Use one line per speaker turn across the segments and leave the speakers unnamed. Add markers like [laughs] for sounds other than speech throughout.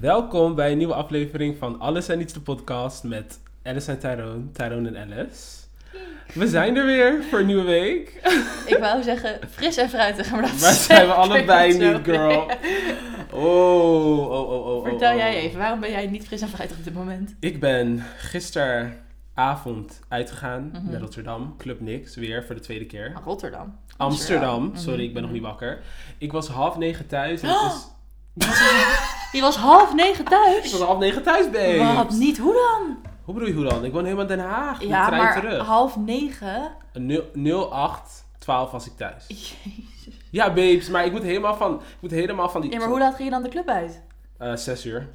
Welkom bij een nieuwe aflevering van Alles en Niets, de podcast met Alice en Tyrone, Tyrone en Alice. We zijn er weer voor een nieuwe week.
Ik wou zeggen fris en fruitig,
[laughs]
maar dat
Maar zijn we
zeg ik
allebei
zo.
niet, girl. Oh, oh, oh, oh, oh.
[laughs] Vertel
oh.
jij even, waarom ben jij niet fris en fruitig op dit moment?
Ik ben gisteravond uitgegaan
Mhm.
naar Rotterdam, Club Nix, weer voor de tweede keer.
Ah, Rotterdam.
Amsterdam,
Mhm.
sorry, ik ben nog niet wakker. Ik was half negen thuis en het
Oh.
is...
Je was half negen
Ik
thuis.
was half negen thuis, babe.
Wat niet, hoe dan?
Hoe bedoel je hoe dan? Ik woon helemaal in Den Haag. Ja,
Ja,
de trein
maar
terug.
half negen. [laughs]
Nul- 08, 12 was ik thuis.
Jezus.
Ja, babes, maar ik moet helemaal van, ik moet helemaal van die...
Ja, maar hoe laat ging je dan de club uit?
Eh, zes uur.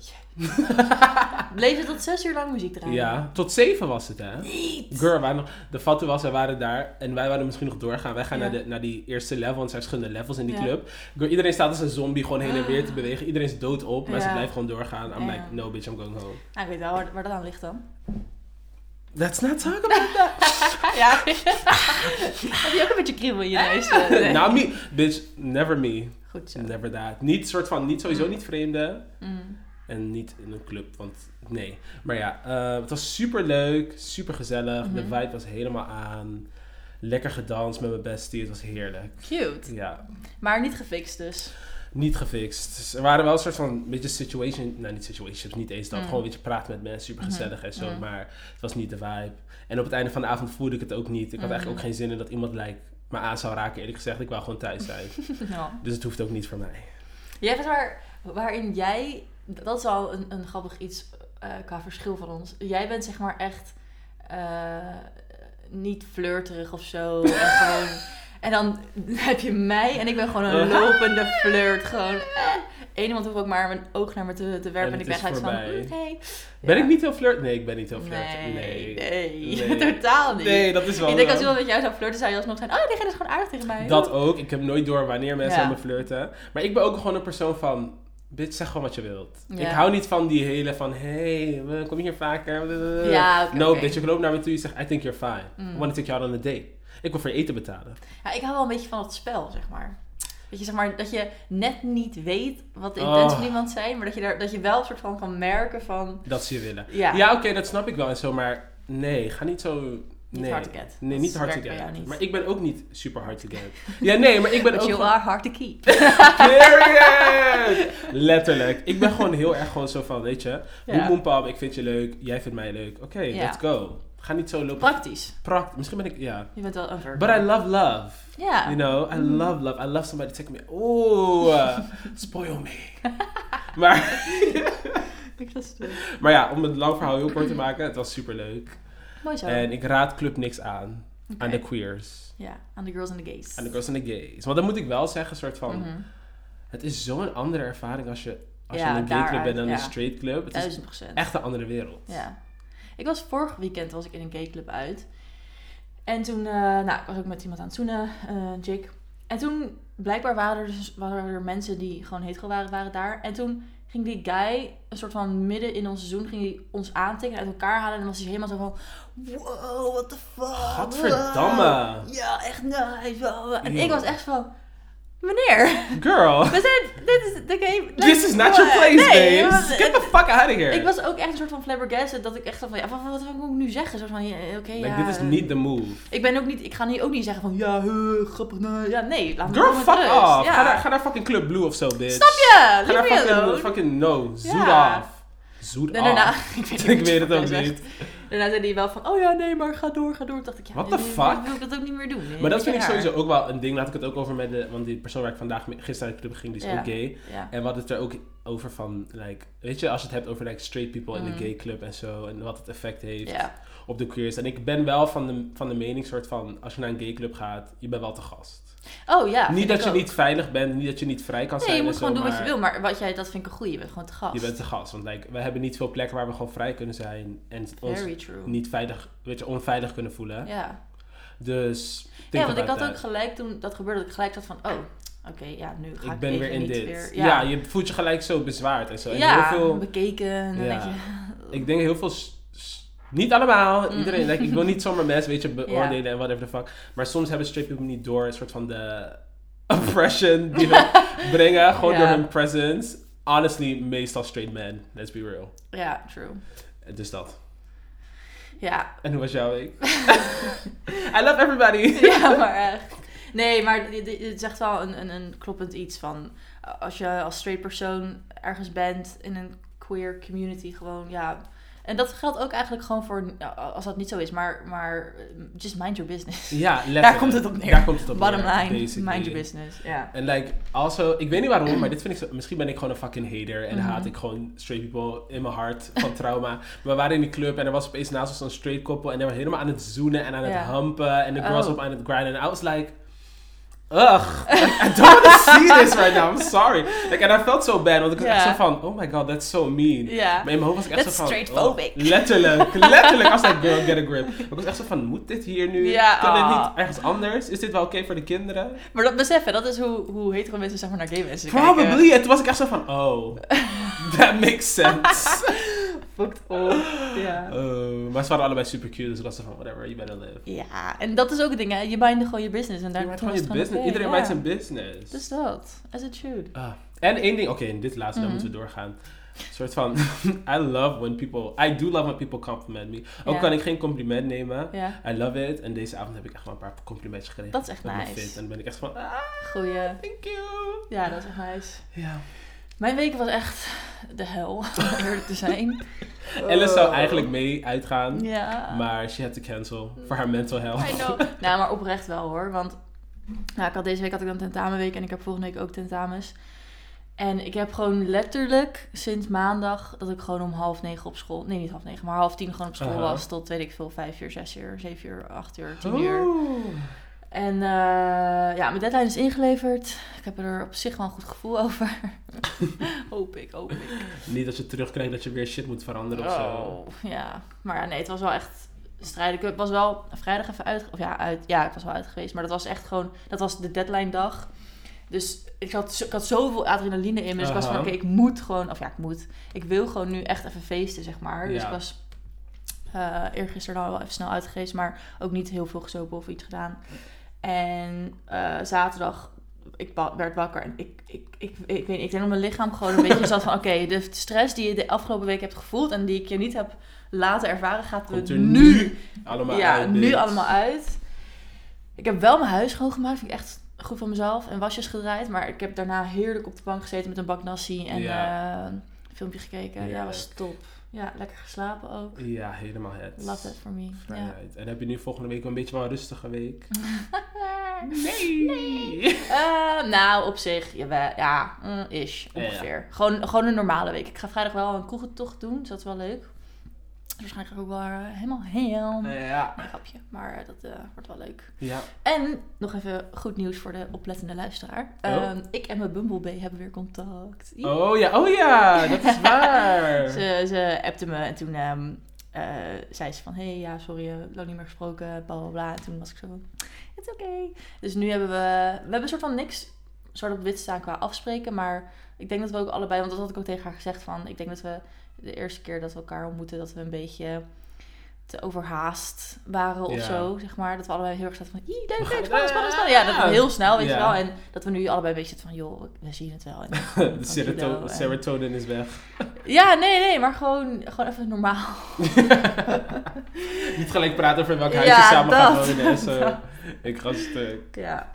Bleef je tot zes uur lang muziek draaien?
Ja, tot zeven was het, hè?
Niet.
Girl, wij nog, de fatten was, wij waren daar en wij waren misschien nog doorgaan. Wij gaan
Ja.
naar, de, naar die eerste level, want er zijn verschillende levels in die
Ja. Ah.
club. Girl, iedereen staat als een zombie gewoon heen en weer te bewegen. Iedereen is dood op, maar ze
Ja.
blijven gewoon doorgaan. I'm
Ja.
like, no bitch, I'm going home.
Nou, ik weet wel waar, waar dat aan ligt dan.
That's not talking about
[laughs] ja. [laughs] Heb je ook een beetje kriebel in je neus? eh,
it.
[laughs] nee.
[laughs] Not me. Bitch, never me.
Goed zo.
Never that. Niet soort van, niet sowieso niet vreemden.
Mm.
En niet in een club, want nee. Maar ja, eh, het was super leuk, super gezellig. De
Mhm.
vibe was helemaal aan. Lekker gedanst met mijn bestie, het was heerlijk.
Cute.
Ja,
Maar niet gefixt dus. [laughs]
niet gefixt. Dus er waren wel een soort van een beetje situation, nou niet situationships, niet eens dat.
Mm.
Gewoon een beetje praten met mensen, super gezellig en zo.
Mhm.
Maar het was niet de vibe. En op het einde van de avond voelde ik het ook niet. Ik had
Mhm.
eigenlijk ook geen zin in dat iemand like, me aan zou raken, eerlijk gezegd. Ik wou gewoon thuis
[laughs]
zijn.
Ja.
dus het hoeft ook niet voor mij.
Jij hebt waar, waarin jij, dat is al een, een grappig iets eh, qua verschil van ons. Jij bent zeg maar echt eh, niet flirterig of
[laughs]
zo. En, gewoon, en dan heb je mij en ik ben gewoon
[laughs]
een
Eh.
lopende flirt. Gewoon, eh. Eén iemand hoeft ook maar een oog naar me te, te werpen en,
En
ik
het
ben
is
gelijk van,
voorbij.
mm, hey.
Ben
Ja.
ik niet heel flirt? Nee, ik ben niet heel flirt.
Nee, nee,
Nee.
[laughs] totaal niet.
Nee, dat is wel
Ik denk
zo.
als iemand met jou zou flirten, zou je alsnog zijn, oh, diegene is gewoon aardig tegen mij.
Dat ook. Ik heb nooit door wanneer mensen
Ja.
aan me flirten. Maar ik ben ook gewoon een persoon van... Bitch, zeg gewoon wat je wilt.
Ja.
Ik hou niet van die hele van... Hey, we- kom je hier vaker?
Ja, oké,
no,
oké.
bitch. Ik loop naar me toe je zegt... I think you're fine.
Mm.
I want to take you out on a date. Ik wil voor je eten betalen.
Ja, ik hou wel een beetje van het spel, zeg maar. Dat je, zeg maar, dat je net niet weet wat de
Oh.
intenties van iemand zijn, maar dat je, daar, dat je wel een soort van kan merken van...
Dat ze je willen.
Ja,
Ja, oké, dat snap ik wel en zo. Maar nee, ga niet zo...
niet
nee.
hard to get.
Nee,
Dat
niet hard to
werkt bij jou
get.
niet.
Maar ik ben ook niet super hard to get. Ja, nee, maar ik
[laughs]
ben
But
ook
you
gewoon-
are hard to keep.
Period! Letterlijk. Ik ben gewoon heel erg gewoon zo van, weet je,
Ja.
boem boem pam, ik vind je leuk, jij vindt mij leuk. Oké,
Ja.
let's go. Ga niet zo lopen.
Praktisch.
Prakt. Misschien ben ik, ja.
Je bent wel een
But I love love.
Ja.
You know, I
Mm.
love love. I love somebody take me. Oeh,
[laughs]
eh, spoil me. [laughs] maar,
[laughs] Ik was het.
maar ja, om het lang verhaal heel kort te maken, het was super leuk.
Mooi zo.
En ik raad club niks aan.
Oké.
Aan de queers.
Ja, aan de girls and the gays.
Aan de girls en de gays. Want dan moet ik wel zeggen, soort van.
Mhm.
Het is zo'n andere ervaring als je, als
Ja,
je in een gay club
daaruit,
bent dan
ja.
een straight club. Het is
Duizend procent.
echt een andere wereld.
Ja. Ik was vorig weekend was ik in een gayclub uit. En toen, eh, nou, ik was ook met iemand aan het zoenen, eh chick. En toen, blijkbaar waren er, dus, waren er mensen die gewoon hetero waren, waren daar. En toen ging die guy, een soort van midden in ons seizoen, ging hij ons aantikken, uit elkaar halen. En dan was hij helemaal zo van, wow, what the fuck.
Gadverdamme.
wow. Ja, echt nice. wow." En
Ew.
ik was echt van, meneer,
Girl,
we zijn, dit is de game.
this is not your place,
nee,
babes.
want-
Get the fuck out of here.
ik was ook echt een soort van flabbergasted dat ik echt dacht van ja, wat, wat, wat moet ik nu zeggen? Zo van ja, eh, oké
like,
ja.
dit is niet de move.
Ik ben ook niet ik ga nu ook niet zeggen van ja, huh, grappig nee. Ja, nee, laat me
Girl,
gewoon met
fuck
rust.
off.
dus, Ja.
Ga, naar, ga naar fucking Club Blue of zo, bitch.
Snap je?
Ga
Leave
naar
me
fucking,
alone.
fucking no. Zoet
Ja.
af. Zoet
En
af.
daarna [laughs] ik weet,
[laughs] Ik weet het
wat
ook
hij
niet.
zegt. Daarna zei hij wel van oh ja, nee, maar ga door, ga door. Toen dacht ik ja,
What the
nu
fuck?
Wil ik dat ook niet meer doen. Nee,
Maar dat
beetje
vind ik
raar.
sowieso ook wel een ding. Laat ik het ook over met de... Want die persoon waar ik vandaag mee- gisteren uit de club ging, die is
Ja.
ook gay.
Ja.
En we hadden het er ook over van, like... Weet je, als je het hebt over like, straight people in
Mm.
de gay club en zo. En wat het effect heeft.
Ja.
op de queers. En ik ben wel van de, van de mening soort van, als je naar een gayclub gaat, je bent wel te gast.
Oh ja.
niet
vind
dat
ik
je
ook.
niet veilig bent, niet dat je niet vrij kan zijn.
Nee, je moet
en
gewoon
zo,
doen wat je
maar
wil, maar wat jij dat vind ik een goeie. Je bent gewoon te gast.
Je bent te gast, want like, we hebben niet veel plekken waar we gewoon vrij kunnen zijn en ons
Very true.
niet veilig, weet je, onveilig kunnen voelen.
Ja.
Dus,
Ja,
think
want ik
about
had ook
that.
gelijk toen dat gebeurde, dat ik gelijk zat van, oh, oké, ja, nu ga ik,
Ik ben
even
weer in
niet
dit.
Weer,
ja. je voelt je gelijk zo bezwaard en zo. En
Ja,
heel veel,
bekeken. en dan
Ja.
denk je,
ik denk heel veel, s- s- niet allemaal,
Mm.
iedereen, like, ik wil niet zomaar mensen,
[laughs]
weet je, beoordelen en whatever the fuck. Maar soms hebben straight people niet
[laughs]
door, een soort van de oppression die we brengen, gewoon
Ja.
door hun presence. honestly meestal straight men. Let's be real.
Ja, true.
Dus dat.
Ja.
En hoe was jouw week? I love everybody.
[laughs] ja, maar echt. Nee, maar dit- dit dit is echt wel een, een, een kloppend iets van... eh, Als je als straight persoon ergens bent in een queer community gewoon, ja... En dat geldt ook eigenlijk gewoon voor... nou, als dat niet zo is, maar, maar eh, just mind your business.
Ja, [laughs] letterlijk.
Daar komt het op neer.
Daar komt het op
Bottom
neer,
line,
basically.
mind your business. Ja.
En like, also, ik weet niet waarom, maar dit vind ik zo, misschien ben ik gewoon een fucking hater en
Mhm.
haat ik gewoon straight people in mijn hart van trauma. maar we waren in die club en er was opeens naast ons een straight koppel en die waren helemaal aan het zoenen en aan het
Ja.
hampen en de girls
Oh.
op aan het grinden. En I was like, ugh, [laughs] like, I don't want to see this right now, I'm sorry. Like, and I felt so bad, want ik was
Ja.
echt zo van, oh my god, that's so mean.
Ja.
Maar in mijn hoofd was ik echt
That's
zo van...
straightphobic.
oh, letterlijk, letterlijk. I was like, girl, get a grip. Maar Ik was echt zo van, moet dit hier nu?
Ja,
kan dit
ah.
niet ergens anders? Is dit wel oké voor de kinderen?
Maar dat beseffen, dat is hoe, hoe hetero mensen zeg maar naar gay mensen kijken.
Probably. En toen was ik echt zo van,
[laughs]
oh, that makes sense.
Fucked up. Ja.
Eh, maar ze waren allebei super cute, dus ik was zo van, whatever, you better live.
Ja, en dat is ook het ding, hè. Je bindt gewoon je business en daar
Je maakt gewoon je business. Iedereen maakt zijn business.
Dus dat, as it should.
Ah. En één ding, oké, in dit laatste, dan
Mhm.
moeten we doorgaan. Een soort van, [laughs] I love when people, I do love when people compliment me. Ook
Ja.
kan ik geen compliment nemen,
Ja,
I love it. En deze avond heb ik echt wel een paar complimentjes gekregen.
dat is echt
Dat ik me
nice.
vind. En dan ben ik echt van, ah,
Goeie.
thank you.
Ja, dat is echt nice.
Ja.
Mijn week was echt de hel, om eerlijk te
[laughs]
zijn.
Alice zou eigenlijk mee uitgaan,
Oh. Ja.
maar she had to cancel voor haar mental health. [laughs]
I know. nou, maar oprecht wel hoor. Want nou, ik had deze week had ik dan tentamenweek en ik heb volgende week ook tentamens. En ik heb gewoon letterlijk sinds maandag dat ik gewoon om half negen op school. Nee, niet half negen, maar half tien gewoon op school
Aha. Oh.
was. Tot weet ik veel, vijf uur, zes uur, zeven uur, acht uur, tien uur. En eh, ja, mijn deadline is ingeleverd. Ik heb er op zich wel een goed gevoel over. [laughs] hoop ik, hoop ik.
Niet dat je terugkrijgt dat je weer shit moet veranderen of zo.
Oh, ja. Maar ja, nee, het was wel echt strijden. Ik was wel vrijdag even uit... Of ja, uit, ja, ik was wel uit geweest. Maar dat was echt gewoon... Dat was de deadline dag. Dus ik had, zo- ik had zoveel adrenaline in me. Dus ik was van,
Aha.
oké, ik moet gewoon... Of ja, ik moet. Ik wil gewoon nu echt even feesten, zeg maar. Dus
Ja.
ik was eh eergisteren al wel even snel uit geweest. Maar ook niet heel veel gesopen of iets gedaan. En eh, zaterdag... Ik ba- werd wakker en ik, ik, ik, ik, weet niet, ik denk dat mijn lichaam gewoon een beetje zat van... Oké, de stress die je de afgelopen week hebt gevoeld en die ik je niet heb laten ervaren... gaat
Komt
er
er
nu
nu allemaal
ja,
uit.
nu
bitch.
allemaal uit. Ik heb wel mijn huis schoongemaakt. Vind ik echt goed van mezelf. En wasjes gedraaid. Maar ik heb daarna heerlijk op de bank gezeten met een bak nasi. En
Ja.
eh, een filmpje gekeken. Ja,
Heerlijk.
was top. Ja, lekker geslapen ook.
Ja, helemaal het.
Love it for me. Ja.
Vrijheid. En heb je nu volgende week een beetje wel een rustige week?
Nee. Eh, nou, op zich, jawel, ja, mm, ish,
Ja, ja.
ongeveer. Gewoon, gewoon een normale week. Ik ga vrijdag wel een kroegentocht doen, dus dat is wel leuk. Waarschijnlijk ook wel eh, helemaal heel... Nee,
Eh, Ja.
grapje, maar eh, dat eh, wordt wel leuk.
Ja.
En nog even goed nieuws voor de oplettende luisteraar.
Oh.
Ehm, ik en mijn Bumblebee hebben weer contact.
Oh ja, oh ja, dat
[laughs]
is waar.
Ze, ze appte me en toen ehm, eh, zei ze van... Hé, hey, ja, sorry, eh, lang niet meer gesproken, bla bla bla. En toen was ik zo van, it's okay. Dus nu hebben we... We hebben soort van niks soort op wit staan qua afspreken. Maar ik denk dat we ook allebei... Want dat had ik ook tegen haar gezegd van... Ik denk dat we de eerste keer dat we elkaar ontmoeten... Dat we een beetje te overhaast waren of
Ja.
zo, zeg maar. Dat we allebei heel erg zaten van... "Ie, Leuk,
gaan- [laughs]
leuk, spannend, spannend, spannend. Ja, dat we heel snel, weet je
Ja.
wel. En dat we nu allebei een beetje zitten van... Joh, we zien het wel.
[laughs] [laughs]
En
De
van
seroto-
kilo en-
serotonin is weg.
ja, nee, nee, maar gewoon, gewoon even normaal. [laughs]
[laughs] Niet gelijk praten over welk
Ja,
huis je samen gaat
dat.
wonen. en
[laughs]
zo. Ik eh, ga stuk.
Ja,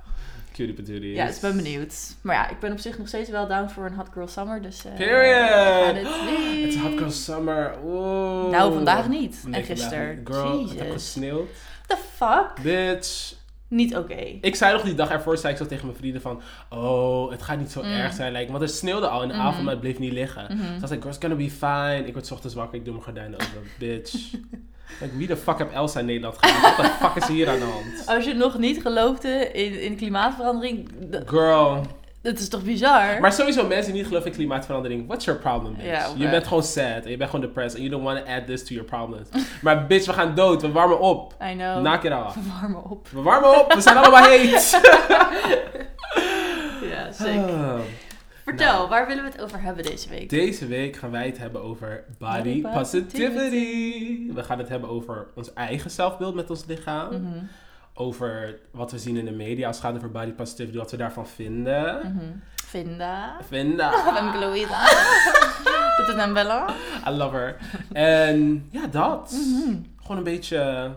Cutie patootie.
ja dus ik ben benieuwd. Maar ja, ik ben op zich nog steeds wel down voor een Hot Girl Summer, dus... eh, we
[gasps]
gaan
Period.
het zien.
It's hot girl summer. Oeh.
Nou, vandaag niet.
Nee,
en gisteren.
vandaag niet. Girl, het heeft
Jesus.
gesneeuwd.
The fuck?
Bitch.
Niet oké.
Ik zei nog die dag ervoor, zei ik zo tegen mijn vrienden van... Oh, het gaat niet zo
Mm.
erg zijn. Like, want het sneeuwde al in de
Mhm.
avond, maar het bleef niet liggen. Dus
Mhm.
ik was like, girls, gonna be fine. Ik word 's ochtends wakker, ik doe mijn gordijnen open.
[laughs]
Bitch. like, wie de fuck heb Elsa in Nederland gedaan? What the fuck is hier aan de
[laughs]
hand?
Als je nog niet geloofde in, in klimaatverandering, d-
Girl.
dat is toch bizar?
Maar sowieso, mensen die niet geloven in klimaatverandering. What's your problem, bitch?
Ja,
je
oprecht.
bent gewoon sad. En je bent gewoon depressed. En you don't want to add this to your problems. [laughs] maar bitch, we gaan dood. We warmen op.
I know.
Knock it off.
Warm me op. [laughs]
We warmen op. We zijn allemaal heet.
Ja, [laughs] zeker.
Ah. nou.
Vertel, waar willen we het over hebben deze week?
Deze week gaan wij het hebben over body
Body
positivity. We gaan het hebben over ons eigen zelfbeeld met ons lichaam.
Mhm.
over wat we zien in de media als het gaat over body positivity, wat we daarvan vinden.
Mhm. Vinda.
Vinden.
Ik ben
Ah.
Chloe. Dit is dan Bella.
I love her. En ja, dat.
Mhm.
Gewoon een beetje eh,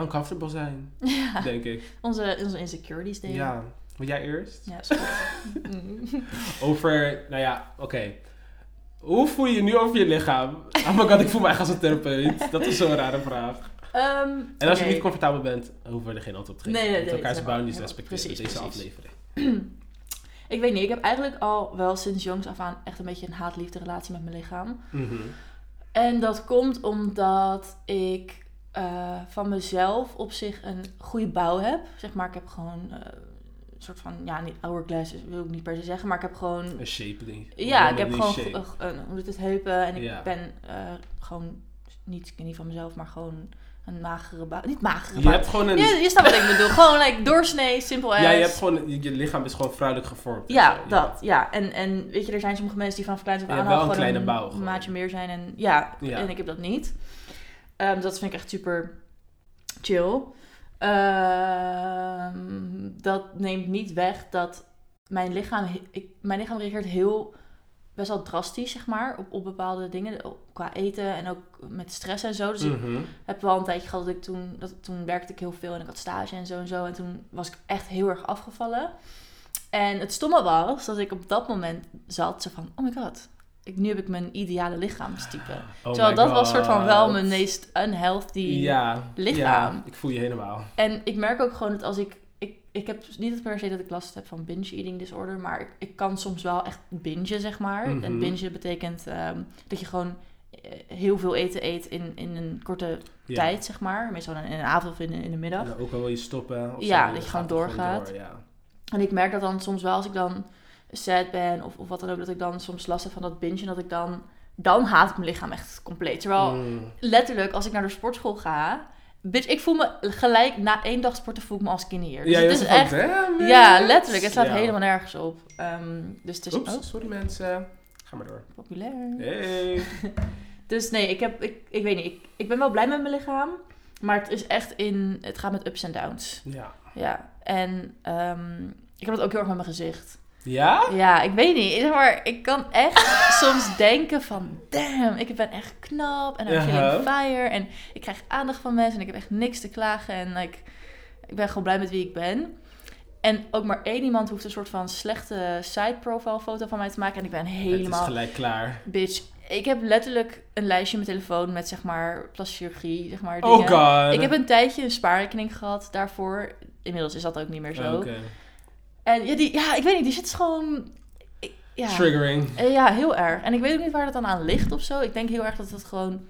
uncomfortable zijn,
Ja.
denk ik.
Onze, onze insecurities delen.
Ja. Wil jij eerst?
Ja,
[laughs]
is goed. Mm.
Over, nou ja, oké. Hoe voel je je nu over je lichaam? Oh my god, ik voel me echt als een therapeut. Dat is zo'n rare vraag.
Ehm,
En als
oké.
je niet comfortabel bent, hoeven we er geen antwoord op te
Nee,
geven.
nee,
Want
nee,
elkaar
dat
zijn
is helemaal-
boundaries
helemaal-
respecteren.
precies,
deze
precies.
aflevering.
Ik weet niet, ik heb eigenlijk al wel sinds jongs af aan echt een beetje een haat-liefde relatie met mijn lichaam.
Mhm.
En dat komt omdat ik eh, van mezelf op zich een goede bouw heb. Zeg maar, ik heb gewoon eh, een soort van, ja, niet hourglass dus wil ik niet per se zeggen, maar ik heb gewoon...
Een shape ding.
Ja, ik
Womanly
heb gewoon,
shape.
ge- eh, hoe doet het, heupen. En ik
Ja.
ben eh, gewoon, niet skinny van mezelf, maar gewoon een magere bouw. Niet magere
Je
bouw.
hebt gewoon een... [laughs]
Je, je snapt wat ik bedoel. Gewoon like, doorsnee, simpel as.
Ja, je hebt gewoon... Je, je lichaam is gewoon vrouwelijk gevormd. en
Ja,
zo,
dat. Ja. En, en weet je, er zijn sommige mensen die van verklein tot
Ja,
aan
wel
al
een
gewoon
kleine bouw gewoon.
maatje meer zijn. En, ja,
Ja.
en ik heb dat niet. Ehm, dat vind ik echt super chill. Ehm, dat neemt niet weg dat mijn lichaam... he- Ik, mijn lichaam reageert heel... Best wel drastisch, zeg maar, op, op bepaalde dingen. Ook Qua eten en ook met stress en zo. Dus ik
Mhm.
heb wel een tijdje gehad dat ik toen, dat, toen werkte ik heel veel en ik had stage en zo en zo. En toen was ik echt heel erg afgevallen. En het stomme was dat ik op dat moment zat zo van, oh my god, ik, nu heb ik mijn ideale lichaamstype.
Oh
Terwijl
my
dat was soort van wel
God.
mijn meest unhealthy.
ja,
lichaam.
Ja, ik voel je helemaal.
En ik merk ook gewoon dat als ik, ik, ik heb dus niet per se dat ik last heb van binge eating disorder, maar ik, ik kan soms wel echt bingen, zeg maar.
Mhm.
En bingen betekent ehm, dat je gewoon eh, heel veel eten eet in, in een korte
Ja.
tijd, zeg maar. Meestal in in de avond of in, in de middag.
En ook al wil je stoppen. of
Ja,
zo,
dat je
gaat
gewoon
het
doorgaat.
door, ja.
En ik merk dat dan soms wel als ik dan sad ben of, of wat dan ook, dat ik dan soms last heb van dat bingen. Dat ik dan, dan haat ik mijn lichaam echt compleet. Terwijl
Mm.
letterlijk als ik naar de sportschool ga, bitch, ik voel me gelijk na één dag sporten voel ik me als kinderjaar. Dus
Ja,
het
je
is
was van,
echt,
"Damn it."
ja, letterlijk. Het staat
Ja.
helemaal nergens op. Ehm, dus het is
Oeps,
ook
sorry mensen. Ga maar door.
populair.
Hey.
Dus nee, ik, heb, ik, ik weet niet. Ik, ik ben wel blij met mijn lichaam. Maar het is echt in. Het gaat met ups en downs.
Ja.
Ja. En ehm, ik heb dat ook heel erg met mijn gezicht.
Ja?
Ja, ik weet niet. Zeg maar, ik
[laughs]
kan echt soms denken van... Damn, ik ben echt knap. En I'm feeling
Uh-huh.
fire. En ik krijg aandacht van mensen. En ik heb echt niks te klagen. En like, ik ben gewoon blij met wie ik ben. En ook maar één iemand hoeft een soort van slechte side profile foto van mij te maken. En ik ben
Het is
helemaal...
gelijk klaar.
Bitch, ik heb letterlijk een lijstje op mijn telefoon met zeg maar plastische chirurgie, zeg maar
Oh
dingen.
god.
ik heb een tijdje een spaarrekening gehad daarvoor. Inmiddels is dat ook niet meer zo.
Oh, Oké.
En ja, die, ja, ik weet niet, die zit gewoon... ik- Ja.
Triggering.
Eh, Ja, heel erg. En ik weet ook niet waar dat dan aan ligt of zo. Ik denk heel erg dat het gewoon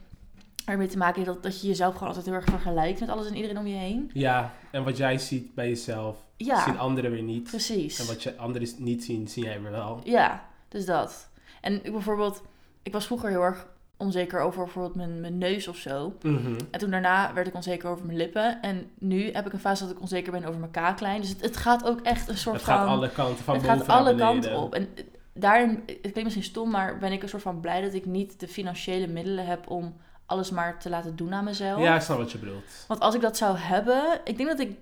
ermee te maken heeft dat, dat je jezelf gewoon altijd heel erg vergelijkt met alles en iedereen om je heen.
Ja, en wat jij ziet bij jezelf, zien
Ja,
anderen weer niet.
precies.
En wat je anderen niet zien, zie jij weer wel.
Ja, dus dat. En ik bijvoorbeeld, ik was vroeger heel erg onzeker over bijvoorbeeld mijn, mijn neus of zo.
Mhm.
En toen daarna werd ik onzeker over mijn lippen. En nu heb ik een fase dat ik onzeker ben over mijn kaaklijn. Dus het, het gaat ook echt een soort
Het gaat
van...
alle kanten van
het
boven
gaat alle
naar beneden.
kanten op. En eh, daarin, het klinkt misschien stom, maar ben ik een soort van blij dat ik niet de financiële middelen heb om alles maar te laten doen aan mezelf.
Ja, ik snap wat je bedoelt.
Want als ik dat zou hebben, ik denk dat ik,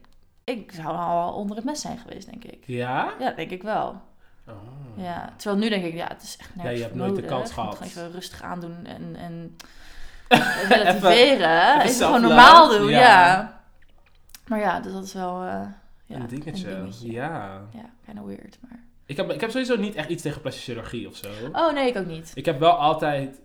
ik zou al wel onder het mes zijn geweest, denk ik.
Ja?
Ja, denk ik wel.
Oh.
Ja, terwijl nu denk ik, ja, het is echt nergens
je hebt
voor
nooit de
nodig.
kans
Je
gehad.
moet gewoon even rustig aandoen en,
[laughs]
en relativeren.
even
Even, gewoon
self-love,
normaal doen, ja.
ja.
Maar ja, dus dat is wel eh, ja,
een dingetje.
Ja,
Ja.
ja kinda weird, maar...
Ik heb, ik heb sowieso niet echt iets tegen plastische chirurgie of zo.
Oh nee, ik ook niet.
Ik heb wel altijd,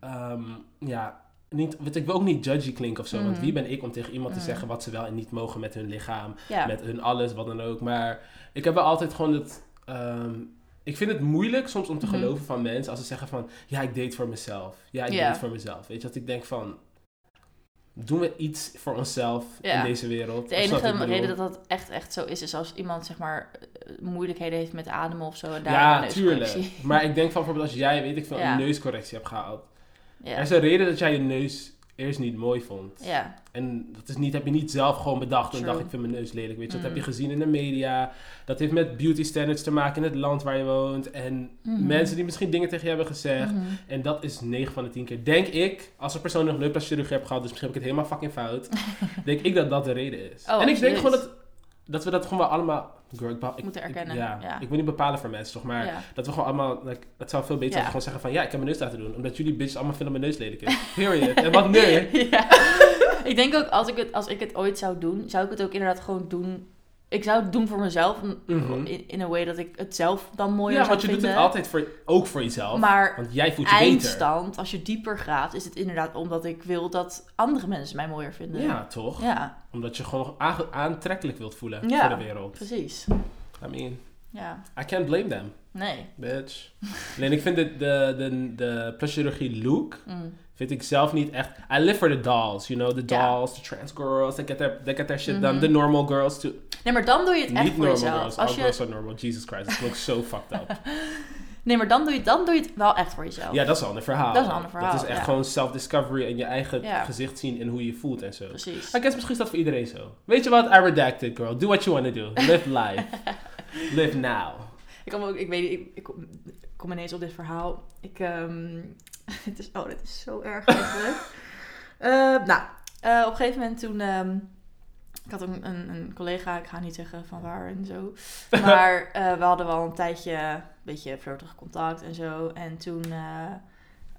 ehm, ja, niet, want ik wil ook niet judgy klinken of zo. Want
Mhm.
wie ben ik om tegen iemand te
Mhm.
zeggen wat ze wel en niet mogen met hun lichaam,
Ja.
met hun alles, wat dan ook. Maar ik heb wel altijd gewoon het, ehm, ik vind het moeilijk soms om te
Mhm.
geloven van mensen als ze zeggen van, ja, ik deed het voor mezelf. Ja, ik
Ja.
deed het voor mezelf. Weet je, dat ik denk van, doen we iets voor onszelf
Ja.
in deze wereld?
De
Of snap je wat
enige
ik bedoel?
reden dat dat echt, echt zo is, is als iemand zeg maar eh, moeilijkheden heeft met ademen of zo. En daar
Ja,
een
tuurlijk.
neuscorrectie.
Maar ik denk van bijvoorbeeld als jij, weet ik veel,
Ja.
een neuscorrectie hebt gehaald.
Ja.
Er is een reden dat jij je neus eerst niet mooi vond.
Ja,
En dat is niet, heb je niet zelf gewoon bedacht en
True.
dacht ik vind mijn neus lelijk. Weet je, dat
Mm.
heb je gezien in de media. Dat heeft met beauty standards te maken in het land waar je woont. En
Mhm.
mensen die misschien dingen tegen je hebben gezegd.
Mhm.
En dat is 9 van de 10 keer. Denk ik, als een persoon nog neuroplastische chirurgie heeft gehad, dus misschien heb ik het helemaal fucking fout.
[laughs]
denk ik dat dat de reden is.
Oh,
en ik denk
absoluut.
gewoon dat, dat we dat gewoon wel allemaal. Girl, ik beha- ik-
Moeten
ik-
erkennen,
ja,
ja.
ik wil niet bepalen voor mensen, toch? Maar
ja.
dat we gewoon allemaal. Like, het zou veel beter
Ja.
zijn als we gewoon zeggen: van ja, ik heb mijn neus laten doen. Omdat jullie bitches allemaal vinden mijn neus lelijk is.
[laughs]
Period. en wat nee.
Ja. ik denk ook, als ik, het, als ik het ooit zou doen, zou ik het ook inderdaad gewoon doen. Ik zou het doen voor mezelf. m-
Mhm.
in, in een way dat ik het zelf dan mooier
Ja,
zou
want je doet
vinden.
het altijd voor, ook voor jezelf.
Maar
want jij voelt je beter.
eindstand, als je dieper gaat, is het inderdaad omdat ik wil dat andere mensen mij mooier vinden.
Ja, toch?
Ja,
Omdat je gewoon aange- aantrekkelijk wilt voelen
Ja.
voor de wereld.
precies.
I mean,
Ja,
I can't blame them.
nee. [laughs]
Bitch. Alleen ik vind de, de, de, de pluschirurgie look,
Mm.
vind ik zelf niet echt... I live for the dolls, you know? The
Ja.
dolls, the trans girls, they get their, they get their shit
Mhm.
done. The normal girls too.
Nee, maar dan doe je het echt
niet
voor
normal
jezelf.
girls, all
Als je,
girls are normal. Jesus Christ, it looks
[laughs]
so fucked up.
nee, maar dan doe, je, dan doe je het wel echt voor jezelf.
Ja, dat is een ander verhaal.
Dat is een ander verhaal,
Dat is echt
ja.
gewoon self-discovery en je eigen
Ja.
gezicht zien en hoe je je voelt en zo.
Precies.
I guess misschien is dat voor iedereen zo. Weet je wat? I redact it, girl. Do what you want to do. Live
[laughs]
life. Live now.
Ik, kom ook, ik weet niet, ik, ik kom, ik kom ineens op dit verhaal. Ik, ehm, [laughs] het is, oh, dit is zo erg [laughs] eigenlijk. Eh, nou, eh, op een gegeven moment toen... ehm, ik had een, een, een collega, ik ga niet zeggen van waar en
[laughs]
zo. Maar eh, we hadden wel een tijdje een beetje flirtig contact en zo. En toen, eh,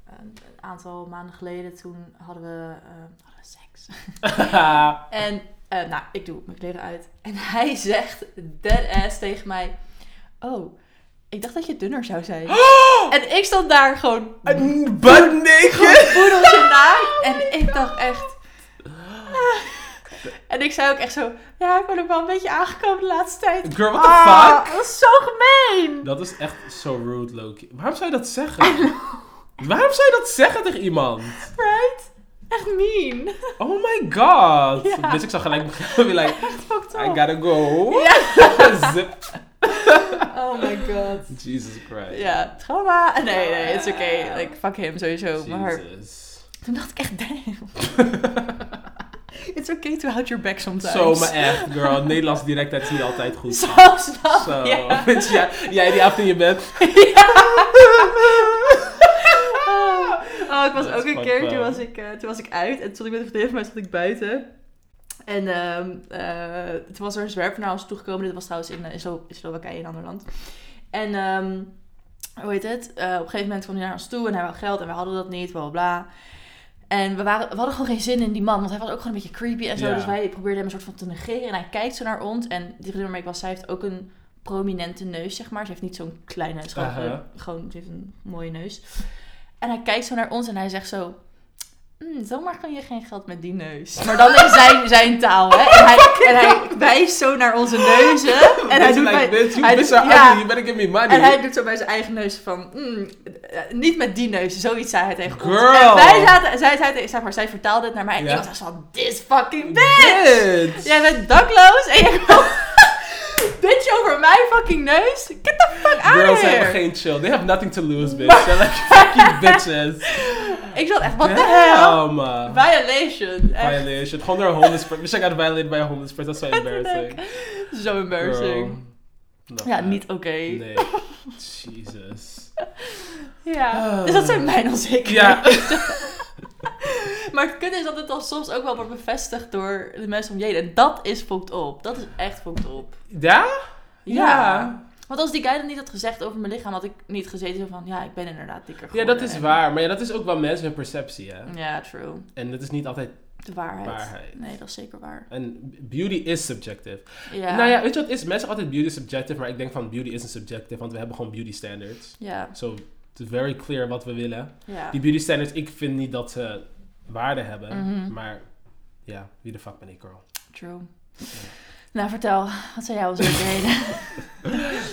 een een aantal maanden geleden, toen hadden we, eh, hadden we seks. En eh, nou, ik doe mijn kleren uit. En [laughs] hij zegt dead ass tegen mij. Oh, ik dacht dat je dunner zou
[gasps]
zijn.
Oh!
En ik stond daar gewoon
Een butt naked. [laughs]
gewoon poedeltje
Oh
naakt. En ik dacht echt... ah. En ik zei ook echt zo... Ja, ik ben ook wel een beetje aangekomen de laatste tijd.
Girl, what the
Ah,
fuck?
Dat is zo gemeen.
Dat is echt zo rude, Loki. Waarom zou je dat zeggen? Waarom zou je dat zeggen tegen iemand?
Right? Echt mean. [laughs]
Oh my god.
Ja.
Dus ik zou gelijk beginnen. Be
[laughs]
like,
Echt fucked
I
up.
gotta go. [laughs] Zip.
Oh my god.
Jesus Christ.
Ja, trauma. Nee, nee, it's okay. Like, fuck him sowieso. Maar
Ah. Jesus.
Toen dacht ik
[laughs]
echt, damn. It's okay to hold your back sometimes.
Zo, maar echt, girl. Nederlands direct, dat is niet altijd goed.
[laughs] Zo
Zo.
snap [laughs] je.
[laughs] Weet je, jij, jij die avond in je bed.
Oh, [laughs] oh, ik was
Dat is
ook een
fucked
keer,
up.
toen was, ik, eh, toen was ik uit en toen ik met een vriendin van mij stond ik buiten. En ehm, eh, toen was er een zwerver naar ons toegekomen. Dit was trouwens in, eh, in Slo- in Slowakije, een ander land. En ehm, hoe heet het? Eh, op een gegeven moment kwam hij naar ons toe en hij wou geld en we hadden dat niet, bla bla bla. En we, waren, we hadden gewoon geen zin in die man, want hij was ook gewoon een beetje creepy en zo.
Ja.
Dus wij probeerden hem een soort van te negeren. En hij kijkt zo naar ons. En die vriendin waarmee ik was, zij heeft ook een prominente neus, zeg maar. Ze heeft niet zo'n kleine, schoon,
Aha.
gewoon, ze heeft een mooie neus. En hij kijkt zo naar ons en hij zegt zo... "Hmm, zomaar kan je geen geld met die neus. Maar dan in zijn, zijn taal, hè. En hij, en hij wijst zo naar
[laughs]
onze neuzen. En hij
Bitch,
doet
like,
bij-
bitch, you
hij
bitch
doet-
are
ja.
ugly, you better give me money.
en hij doet zo bij zijn eigen neus van... "Hmm, eh, niet met die neus. Zoiets zei hij tegen ons.
Girl.
En wij zaten... Zij, zij, zeg maar, zij vertaalde het naar mij. En
Ja.
ik was echt van... This fucking
Bitch.
Jij bent dakloos en jij [laughs] komt bitch over mijn fucking neus. Get the fuck out
Girls
of here.
hebben geen chill. They have nothing to lose,
[laughs]
bitch. They're like fucking bitches.
Ik zat echt, what the hell?
Damn. uh,
Violation. Echt
Violation. Gewoon door een homeless person. Wish I got violated by a homeless person. That's so embarrassing.
zo embarrassing.
Girl. Love
Ja,
that.
niet oké.
Nee.
[laughs]
Jesus.
Ja.
Ah.
Dus dat zijn mijn onzekerheden.
Ja.
[laughs] Maar het kunnen is dat het dan soms ook wel wordt bevestigd door de mensen om je heen. En dat is fucked op. Dat is echt fucked op.
Ja?
Want als die guy dat niet had gezegd over mijn lichaam, had ik niet gezeten van, ja, ik ben inderdaad dikker
Ja,
geworden.
dat is
En-
waar. Maar ja, dat is ook wel mensen hun perceptie, hè.
Ja, true.
En dat is niet altijd...
De waarheid.
Waarheid.
Nee, dat is zeker waar.
En beauty is subjective.
Ja.
Nou ja, weet je wat het is? Mensen zeggen altijd beauty is subjective, maar ik denk van beauty isn't subjective, want we hebben gewoon beauty standards.
Ja,
So, it's very clear wat we willen.
ja.
Die beauty standards, ik vind niet dat ze waarde hebben,
Mhm.
maar ja, wie de fuck ben ik, girl?
True. Nou, vertel. Wat zijn jouw
[laughs]
onzekerheden?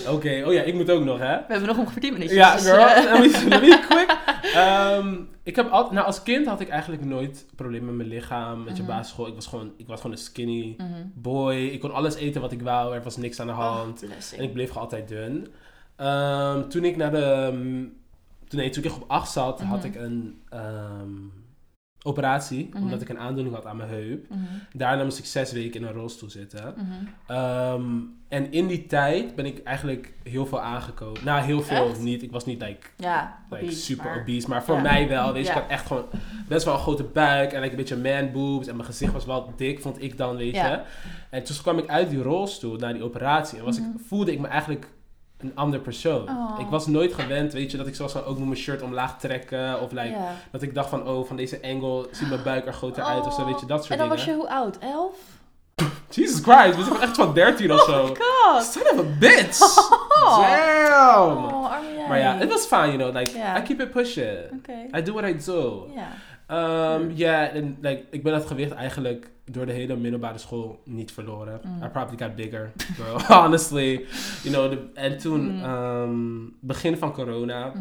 Oké, oh ja, ik moet ook nog, hè?
We hebben nog ongeveer 10 minuutjes.
Ja,
dus,
girl, [laughs]
eh,
let me, let me quick. Ehm, ik heb altijd, nou, als kind had ik eigenlijk nooit problemen met mijn lichaam, met je
Mhm.
basisschool. Ik was gewoon, ik was gewoon een skinny
[laughs] mhm.
boy. Ik kon alles eten wat ik wou, er was niks aan de hand.
Oh, blessing.
En ik bleef gewoon altijd dun. Ehm, toen ik naar de. ehm, toen, nee, toen ik op 8 zat, had
Mhm.
ik een. ehm, operatie,
Mhm.
omdat ik een aandoening had aan mijn heup.
Mhm.
Daarna moest ik zes weken in een rolstoel zitten.
Mhm.
Ehm, en in die tijd ben ik eigenlijk heel veel aangekomen. Nou, heel veel
Echt?
niet. Ik was niet like,
Ja,
like,
obese,
super
maar-
obese, maar voor
Ja.
mij wel. Deze
Ja.
ik had echt gewoon best wel een grote buik en like, een beetje man boobs. En mijn gezicht was wel dik, vond ik dan, weet
Ja.
je. En toen kwam ik uit die rolstoel naar die operatie en was
Mhm.
ik, voelde ik me eigenlijk een ander persoon.
Oh.
Ik was nooit gewend, weet je, dat ik zoals dan ook moet mijn shirt omlaag trekken. Of like,
ja.
dat ik dacht van, oh, van deze angle ziet mijn buik er groter uit of zo, weet je, dat soort
En dan
dingen.
was je hoe oud? Elf?
Jesus Christ, we zijn echt van 13 of zo.
Oh God!
Son of a bitch! [laughs]
[laughs]
Damn!
Oh, arme jij.
Maar ja, het was fijn, you know. Like,
Ja.
I keep it pushing.
Oké.
I do what I do.
Ja.
Ehm, Ja, en like, ik ben dat gewicht eigenlijk door de hele middelbare school niet verloren.
Mm.
I probably got bigger, girl. [laughs] Honestly. You know, de- en toen,
Mm.
ehm, begin van corona.
Mhm.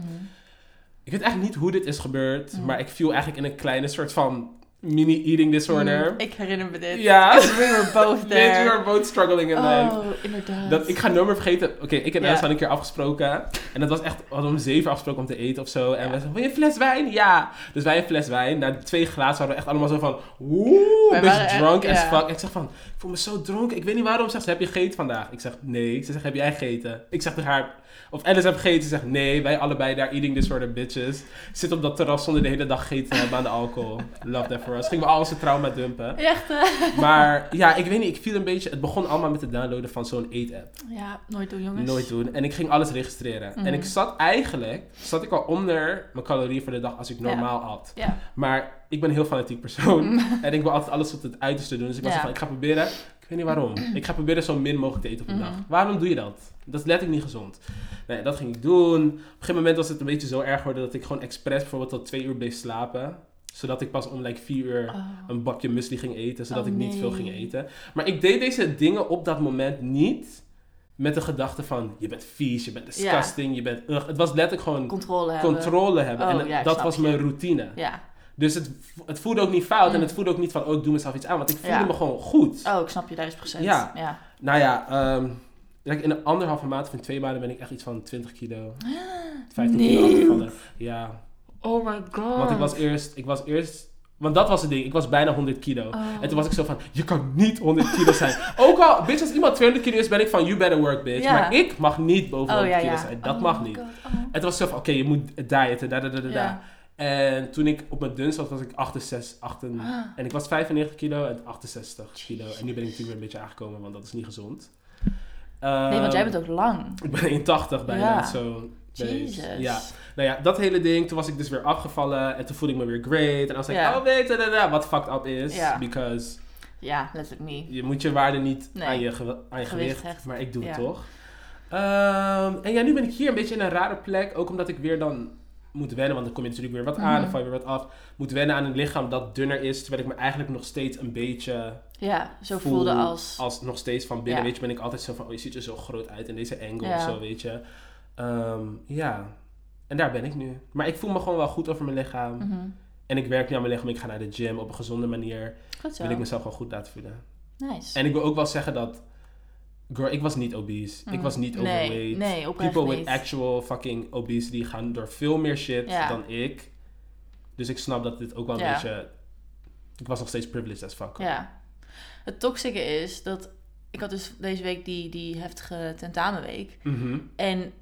Ik weet eigenlijk niet hoe dit is gebeurd,
Mm.
maar ik viel eigenlijk in een kleine soort van mini-eating disorder.
Mm, Ik herinner me dit.
Ja.
We were
[laughs]
both
Bitch,
there.
we are both struggling in life.
Oh, inderdaad.
Dat, ik ga nooit meer vergeten. Oké, ik en Els
Ja.
hadden een keer afgesproken. En dat was echt, we hadden om zeven afgesproken om te eten of zo. En
Ja.
we zeiden, wil je een fles wijn? Ja. Dus wij een fles wijn. Na twee glazen hadden we echt allemaal zo van, woe,
Wij
een beetje
waren echt-
drunk as
ja.
fuck. En ik zeg van, ik voel me zo dronken. Ik weet niet waarom. Zegt ze, heb je gegeten vandaag? Ik zeg, nee. Ze zegt, heb jij gegeten? Ik zeg tegen haar, of Alice heb gegeten. Ze zegt, nee. Wij allebei daar eating disorder bitches. Zit op dat terras zonder de hele dag gegeten te hebben aan de alcohol. Love that for us. Gingen we al onze trauma dumpen.
Echt, hè?
Maar ja, ik weet niet, ik viel een beetje... Het begon allemaal met het downloaden van zo'n eet-app.
Ja, nooit doen, jongens.
Nooit doen. En ik ging alles registreren.
Mhm.
En ik zat eigenlijk, zat ik al onder mijn calorieën voor de dag als ik normaal at.
Ja.
Maar ik ben een heel fanatiek persoon.
[laughs]
en ik wil altijd alles tot het uiterste doen. Dus ik was
Mhm. Ja.
van, ik ga proberen, ik weet niet waarom. ik ga proberen zo min mogelijk te eten op een
Mhm.
dag. Waarom doe je dat? Dat is letterlijk niet gezond. Nee, dat ging ik doen. Op een gegeven moment was het een beetje zo erg geworden dat ik gewoon expres bijvoorbeeld tot twee uur bleef slapen. Zodat ik pas om like vier uur
Oh.
een bakje muesli ging eten, zodat
Oh,
ik niet
nee.
veel ging eten. Maar ik deed deze dingen op dat moment niet met de gedachte van je bent vies, je bent disgusting, je bent ugh. Het was letterlijk gewoon
Controle hebben.
controle hebben.
Oh,
en
ja, ik
dat
snap
was
je.
mijn routine.
Ja.
Dus het, vo- het voelde ook niet fout en
Mm.
het voelde ook niet van oh ik doe mezelf iets aan, want ik voelde
Ja.
me gewoon goed.
Oh, ik snap je, duizend procent.
Ja.
ja.
Nou ja, ehm, like, in een anderhalve maand of in twee maanden ben ik echt iets van 20
[gasps]
kilo, 15 kilo
Nee.
afgevallen. Ja,
Oh my god.
want ik was eerst, ik was eerst, want dat was het ding, ik was bijna 100 kilo.
Oh.
En toen was ik zo van, je kan niet 100 kilo zijn. Ook al, bitch, als iemand 200 kilo is, ben ik van, you better work, bitch.
Ja.
Maar ik mag niet boven
Oh,
100
ja,
kilo
ja.
zijn. Dat
Oh
mag
my
niet.
God, oh.
En toen was ik zo van, oké, je moet diëten, da da da da da.
Ja.
En toen ik op mijn dunst was, was ik 68, 8
Ah.
en ik was 95 kilo en 68 kilo. En nu ben ik natuurlijk weer een beetje aangekomen, want dat is niet gezond.
[gasps]
Ehm,
Nee, want jij bent ook lang.
Ik ben 180 bijna,
Ja.
zo.
Jesus.
Ja, nou ja, dat hele ding. Toen was ik dus weer afgevallen en toen voelde ik me weer great. En als ik,
Ja.
oh nee, da da da, wat fucked up is.
Ja.
Because
Ja, letterlijk niet.
je moet je waarde niet
Nee.
aan je, gewi- aan je
Gewicht
gewicht,
hechten.
maar ik doe het
Ja.
toch. Ehm, en ja, nu ben ik hier een beetje in een rare plek. Ook omdat ik weer dan moet wennen, want dan kom je natuurlijk weer wat aan,
Mhm.
dan val je weer wat af. Moet wennen aan een lichaam dat dunner is, terwijl ik me eigenlijk nog steeds een beetje
Ja, zo
Voel
voelde als...
als nog steeds van binnen,
Ja.
weet je, ben ik altijd zo van, oh je ziet er zo groot uit in deze angle
Ja.
of zo, weet je. Ehm, ja, en daar ben ik nu. Maar ik voel me gewoon wel goed over mijn lichaam.
Mhm.
En ik werk nu aan mijn lichaam, ik ga naar de gym op een gezonde manier.
Goed zo.
Wil ik mezelf gewoon goed laten voelen.
Nice.
En ik wil ook wel zeggen dat. Girl, ik was niet obese. Ik
Mm.
was niet
Nee,
overweight.
nee, oprecht
People
niet.
with actual fucking obesity gaan door veel meer shit
Ja.
dan ik. Dus ik snap dat dit ook wel een
Ja.
beetje. Ik was nog steeds privileged as fuck.
Ja. Het toxische is dat... Ik had dus deze week die, die heftige tentamenweek.
Mhm.
En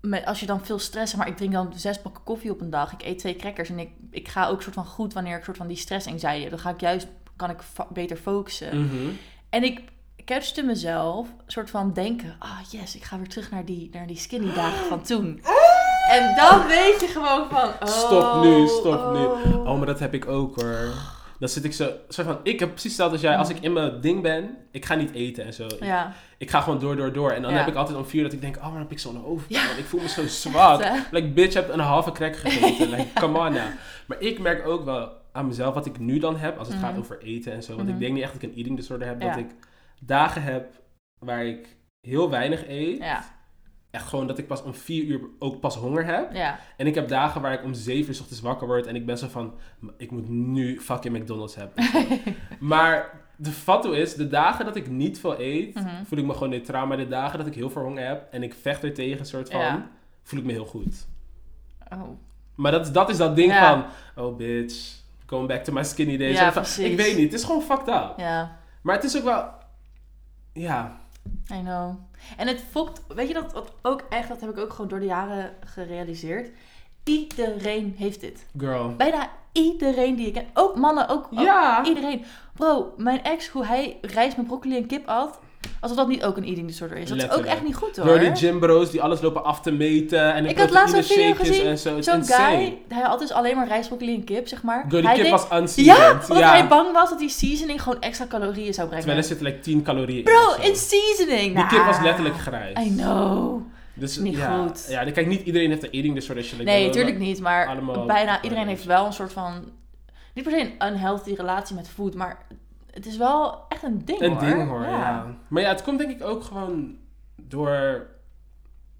met, als je dan veel stress hebt, maar ik drink dan zes pakken koffie op een dag, ik eet twee crackers en ik, ik ga ook soort van goed wanneer ik soort van die stress anxiety heb, dan ga ik juist, kan ik fa- beter focussen.
Mhm.
En ik catchte mezelf soort van denken, ah yes, ik ga weer terug naar die, naar die skinny dagen van toen. En dan weet je gewoon van, oh,
Stop nu, stop nu.
oh.
Oh, maar dat heb ik ook hoor. Dan zit ik zo. Soort van, ik heb precies hetzelfde als jij. Als ik in mijn ding ben, ik ga niet eten en zo. Ik-
Ja,
Ik ga gewoon door, door, door. En dan
Ja.
heb ik altijd om vier dat ik denk, oh, dan heb ik zo'n overval.
Ja.
Ik voel me zo
[laughs]
zwak.
Echt, hè?
like, bitch, je hebt een halve crack gegeten. Like, come on now. Maar ik merk ook wel aan mezelf wat ik nu dan heb als het
Mhm.
gaat over eten en zo. Want
Mhm.
ik denk niet echt dat ik een eating disorder heb.
Ja.
Dat ik dagen heb waar ik heel weinig eet.
ja,
Echt gewoon dat ik pas om vier uur ook pas honger heb.
ja,
En ik heb dagen waar ik om zeven uur 's ochtends wakker word. En ik ben zo van, ik moet nu fucking McDonald's
[laughs]
hebben. maar... De fatto is, de dagen dat ik niet veel eet,
Mhm.
voel ik me gewoon neutraal. Maar de dagen dat ik heel veel honger heb en ik vecht er tegen, soort van,
Ja.
voel ik me heel goed.
oh,
Maar dat, is- dat is dat ding
Ja.
van, oh bitch, Going back to my skinny days.
Ja,
Of-
precies.
Ik weet niet. Het is gewoon fucked up.
Ja,
Maar het is ook wel... Ja.
I know. En het fokt, weet je dat, dat ook echt, dat heb ik ook gewoon door de jaren gerealiseerd. Iedereen heeft dit.
Girl.
Bijna iedereen die ik ken. Ook mannen, ook, ook
Ja.
iedereen. Bro, mijn ex, hoe hij rijst met broccoli en kip at, alsof dat niet ook een eating disorder is. Dat is ook
Letterlijk.
echt niet goed hoor.
Door die gymbro's die alles lopen af te meten. En de
Ik had laatst zo'n video
proteïne-shakejes
gezien.
en zo. Het is
Zo'n
insane.
guy, hij had dus alleen maar rijst, broccoli en kip, zeg maar.
Girl, die
hij
kip
denkt-
was unseasoned.
Ja, omdat hij bang was dat die seasoning gewoon extra calorieën zou brengen.
Terwijl er zitten like 10 calorieën in. of
Bro,
zo.
in seasoning!
Die kip was
Nah.
letterlijk grijs.
I know.
Dus,
Niet
ja,
goed.
Ja, kijk, niet iedereen heeft een eating disorder. als je like
Nee,
wil,
tuurlijk niet, maar
allemaal
bijna
calories.
iedereen heeft wel een soort van... Niet per se een unhealthy relatie met food, maar het is wel echt een ding
Een
hoor.
ding hoor, ja. Maar ja, het komt denk ik ook gewoon door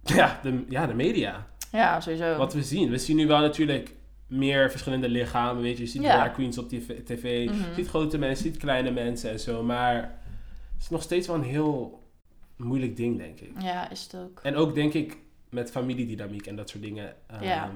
ja, de, ja, de media.
Ja, sowieso.
Wat we zien. We zien nu wel natuurlijk meer verschillende lichamen. Weet je, je ziet
Ja. Mhm.
drag queens op tv. tv, Je ziet grote mensen, je ziet kleine mensen en zo. Maar het is nog steeds wel een heel moeilijk ding, denk ik.
Ja, is het ook.
En ook denk ik met familiedynamiek en dat soort dingen. ehm,
Ja.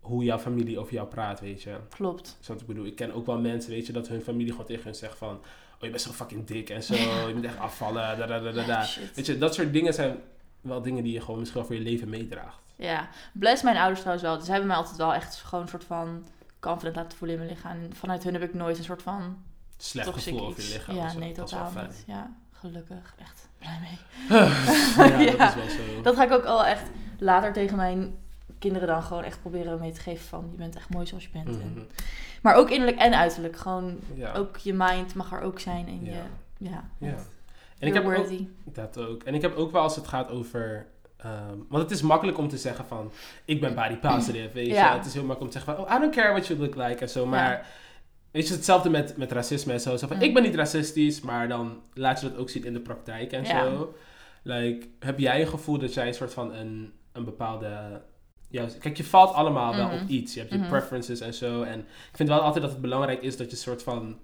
Hoe jouw familie over jou praat, weet je.
Klopt.
Snap wat ik bedoel? Ik ken ook wel mensen, weet je, dat hun familie gewoon tegen hun zegt van... Oh, je bent zo fucking dik en zo. Je moet echt afvallen, da da da da da.
Shit.
Weet je, dat soort dingen zijn wel dingen die je gewoon misschien wel voor je leven meedraagt.
Ja, bless mijn ouders trouwens wel. Ze hebben mij altijd wel echt gewoon een soort van confident laten voelen in mijn lichaam. En vanuit hun heb ik nooit een soort van
Slecht
toxic
gevoel
iets.
over je lichaam.
ja,
dus
nee,
dat is wel
totaal
fijn.
niet. Ja, gelukkig. Echt blij mee.
[laughs]
[laughs]
ja,
Ja.
dat
[laughs]
is wel zo.
Dat ga ik ook al echt later tegen mijn kinderen dan gewoon echt proberen mee te geven van... Je bent echt mooi zoals je bent. En-
Mhm.
maar ook innerlijk en uiterlijk. Gewoon
Ja.
ook je mind mag er ook zijn. En
Ja.
je... Ja.
Ja. En
En
ik heb ook,
worthy.
dat ook. En ik heb ook wel als het gaat over... ehm, want het is makkelijk om te zeggen van... Ik ben body positive, weet je.
Ja.
Het is heel makkelijk om te zeggen van... Oh, I don't care what you look like en zo. Maar... Weet je, hetzelfde met, met racisme en zo. Zo van,
Mm.
ik ben niet racistisch, maar dan laat je dat ook zien in de praktijk en
Ja.
zo. Like, heb jij een gevoel dat jij een soort van een, een bepaalde... Ja, kijk, je valt allemaal
Mhm.
wel op iets. Je hebt je
Mhm.
preferences en zo. En ik vind wel altijd dat het belangrijk is dat je soort van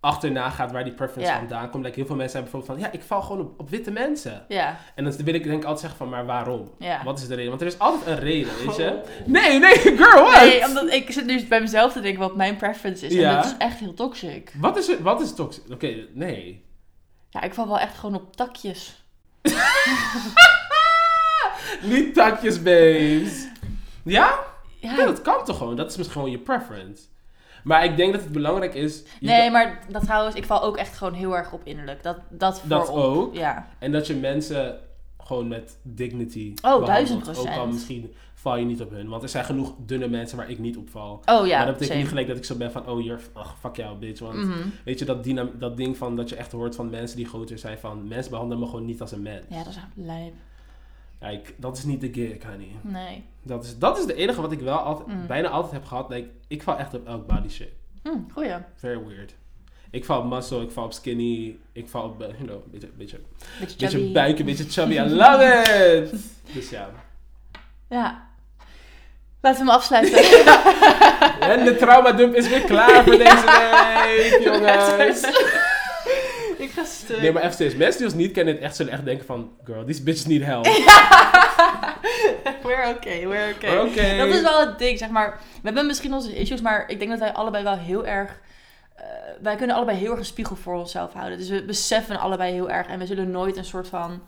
achterna gaat waar die preference
Ja.
vandaan komt. Like, heel veel mensen hebben bijvoorbeeld van, ja, ik val gewoon op, op witte mensen.
Ja,
En dan wil ik denk ik altijd zeggen van, maar waarom?
ja. Oh.
Wat is de reden? Want er is altijd een reden, weet je? Nee, nee, [laughs] girl, what?
Nee, omdat ik zit nu bij mezelf te denken wat mijn preference is.
Ja.
En dat is echt heel toxic.
Wat is, het- wat is toxic? Oké, nee. [laughs]
Ja, ik val wel echt gewoon op takjes.
Niet takjes, babes. Ja?
Ja,
ja? Dat kan toch gewoon? Dat is misschien gewoon je preference. Maar ik denk dat het belangrijk is... je
nee, maar dat trouwens, ik val ook echt gewoon heel erg op innerlijk. Dat, dat
kan- dat
voorop.
ook.
Ja.
En dat je mensen gewoon met dignity
Oh,
behandelt.
duizend procent.
Ook al misschien val je niet op hun. Want er zijn genoeg dunne mensen waar ik niet op val.
Oh ja,
maar dat betekent
same.
niet gelijk dat ik zo ben van... Oh, you're, ach, fuck jou, bitch. Want
Mhm.
weet je, dat, dynam- dat ding van dat je echt hoort van mensen die groter zijn... van mensen behandelen me gewoon niet als een mens.
Ja, dat is echt lijp.
Kijk, dat is niet de gig, honey.
Nee.
Dat is, dat is de enige wat ik wel altijd,
Mm.
bijna altijd heb gehad. Like, ik val echt op elk body shape.
Hm, goeie.
Very weird. Ik val op muscle, ik val op skinny, ik val op, eh, you know, beetje, beetje,
Beetje
beetje
chubby.
buik, een beetje chubby. I love
[laughs]
it! Dus ja.
Ja. Laten we hem afsluiten.
En de traumadump is weer klaar
[laughs]
voor deze week, jongens. [laughs]
ik ga stuk.
Nee, maar even serieus. Mensen die ons niet kennen, het echt zullen echt denken van... Girl, these bitches need
[laughs]
help.
We're okay, we're okay.
Oké.
Dat is wel het ding, zeg maar. We hebben misschien onze issues, maar ik denk dat wij allebei wel heel erg... eh, wij kunnen allebei heel erg een spiegel voor onszelf houden. Dus we beseffen allebei heel erg. En we zullen nooit een soort van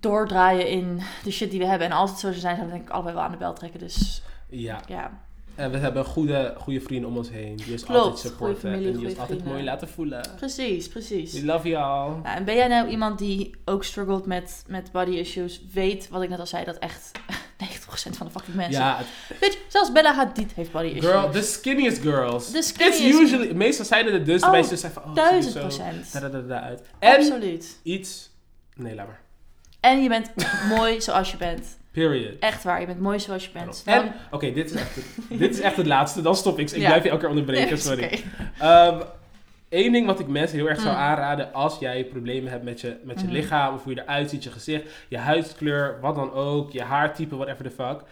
doordraaien in de shit die we hebben. En als het zo zou zijn, zouden we denk ik allebei wel aan de bel trekken. Dus
Ja.
ja,
En we hebben goede, goede vrienden om ons heen. Die ons
Klopt,
altijd
goede
supporten. En
familie,
die
goede
ons altijd
vrienden.
mooi laten voelen.
precies, precies.
We love y'all.
Nou, en ben jij nou iemand die ook struggelt met, met body issues? Weet wat ik net al zei, dat echt [laughs] 90% van de fucking mensen...
Ja, het
Bitch, zelfs Bella Hadid heeft body issues.
Girl, the skinniest girls.
The skinniest-
It's usually... Meestal zijn het dus.
Oh,
bij ze zijn van... Oh,
Duizend
ze doen zo,
procent.
Da, da, da, da, uit. En
Absoluut.
iets... Nee, laat maar.
En je bent mooi zoals je bent.
Period.
Echt waar, je bent mooi zoals je bent.
En, oké, dit, is echt het- dit is echt het laatste. Dan stop ik. Ik
Ja.
blijf je elke keer
Nee,
onderbreken,
[laughs] is
sorry.
oké.
Eén ding wat ik mensen heel erg zou
Mm.
aanraden... als jij problemen hebt met je, met je
Mhm.
lichaam... of hoe je eruit ziet, je gezicht, je huidskleur... wat dan ook, je haartype, whatever the fuck...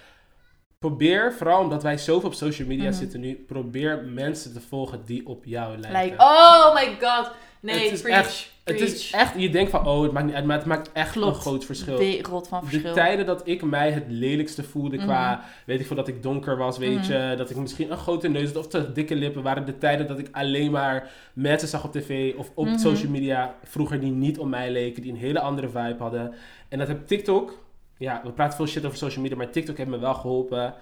Probeer, vooral omdat wij zoveel op social media
Mhm.
zitten nu... probeer mensen te volgen die op jou lijken.
Like, oh my god. Nee,
het is
preach,
echt- Het is
preach.
echt, je denkt van, oh, het maakt niet uit, maar het maakt echt
Klopt.
een groot verschil.
wereld van
De
verschil.
tijden dat ik mij het lelijkste voelde qua, weet ik veel, dat ik donker was, weet
Mhm.
je, dat ik misschien een grote neus had of te dikke lippen, waren de tijden dat ik alleen maar mensen zag op tv of op
Mhm.
social media vroeger die niet op mij leken, die een hele andere vibe hadden. En dat heb TikTok, ja, we praten veel shit over social media, maar TikTok heeft me wel geholpen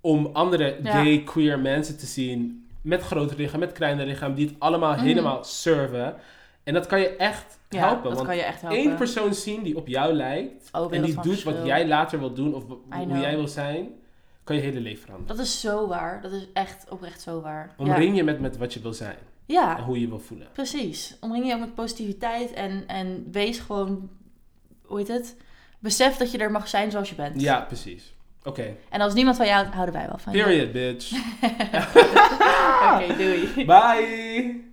om andere
Ja.
gay, queer mensen te zien met groter lichaam, met kleiner lichaam, die het allemaal
Mhm.
helemaal serven. En dat kan je echt
ja,
helpen,
dat
want
kan je echt helpen.
één persoon zien die op jou lijkt,
Oh,
en
wereld
die
van
doet
verschil.
wat jij later wil doen of w- hoe
know.
jij wil zijn, kan je hele leven veranderen.
Dat is zo waar. Dat is echt oprecht zo waar.
Omring je met, met wat je wil zijn
Ja.
en
ja,
hoe je wil voelen.
precies. Omring je ook met positiviteit en, en wees gewoon, hoe heet het? Besef dat je er mag zijn zoals je bent.
Ja, precies. Oké,
En als niemand van [laughs] jou houdt, houden wij wel van je. [laughs]
period, bitch.
Oké, doei.
Bye!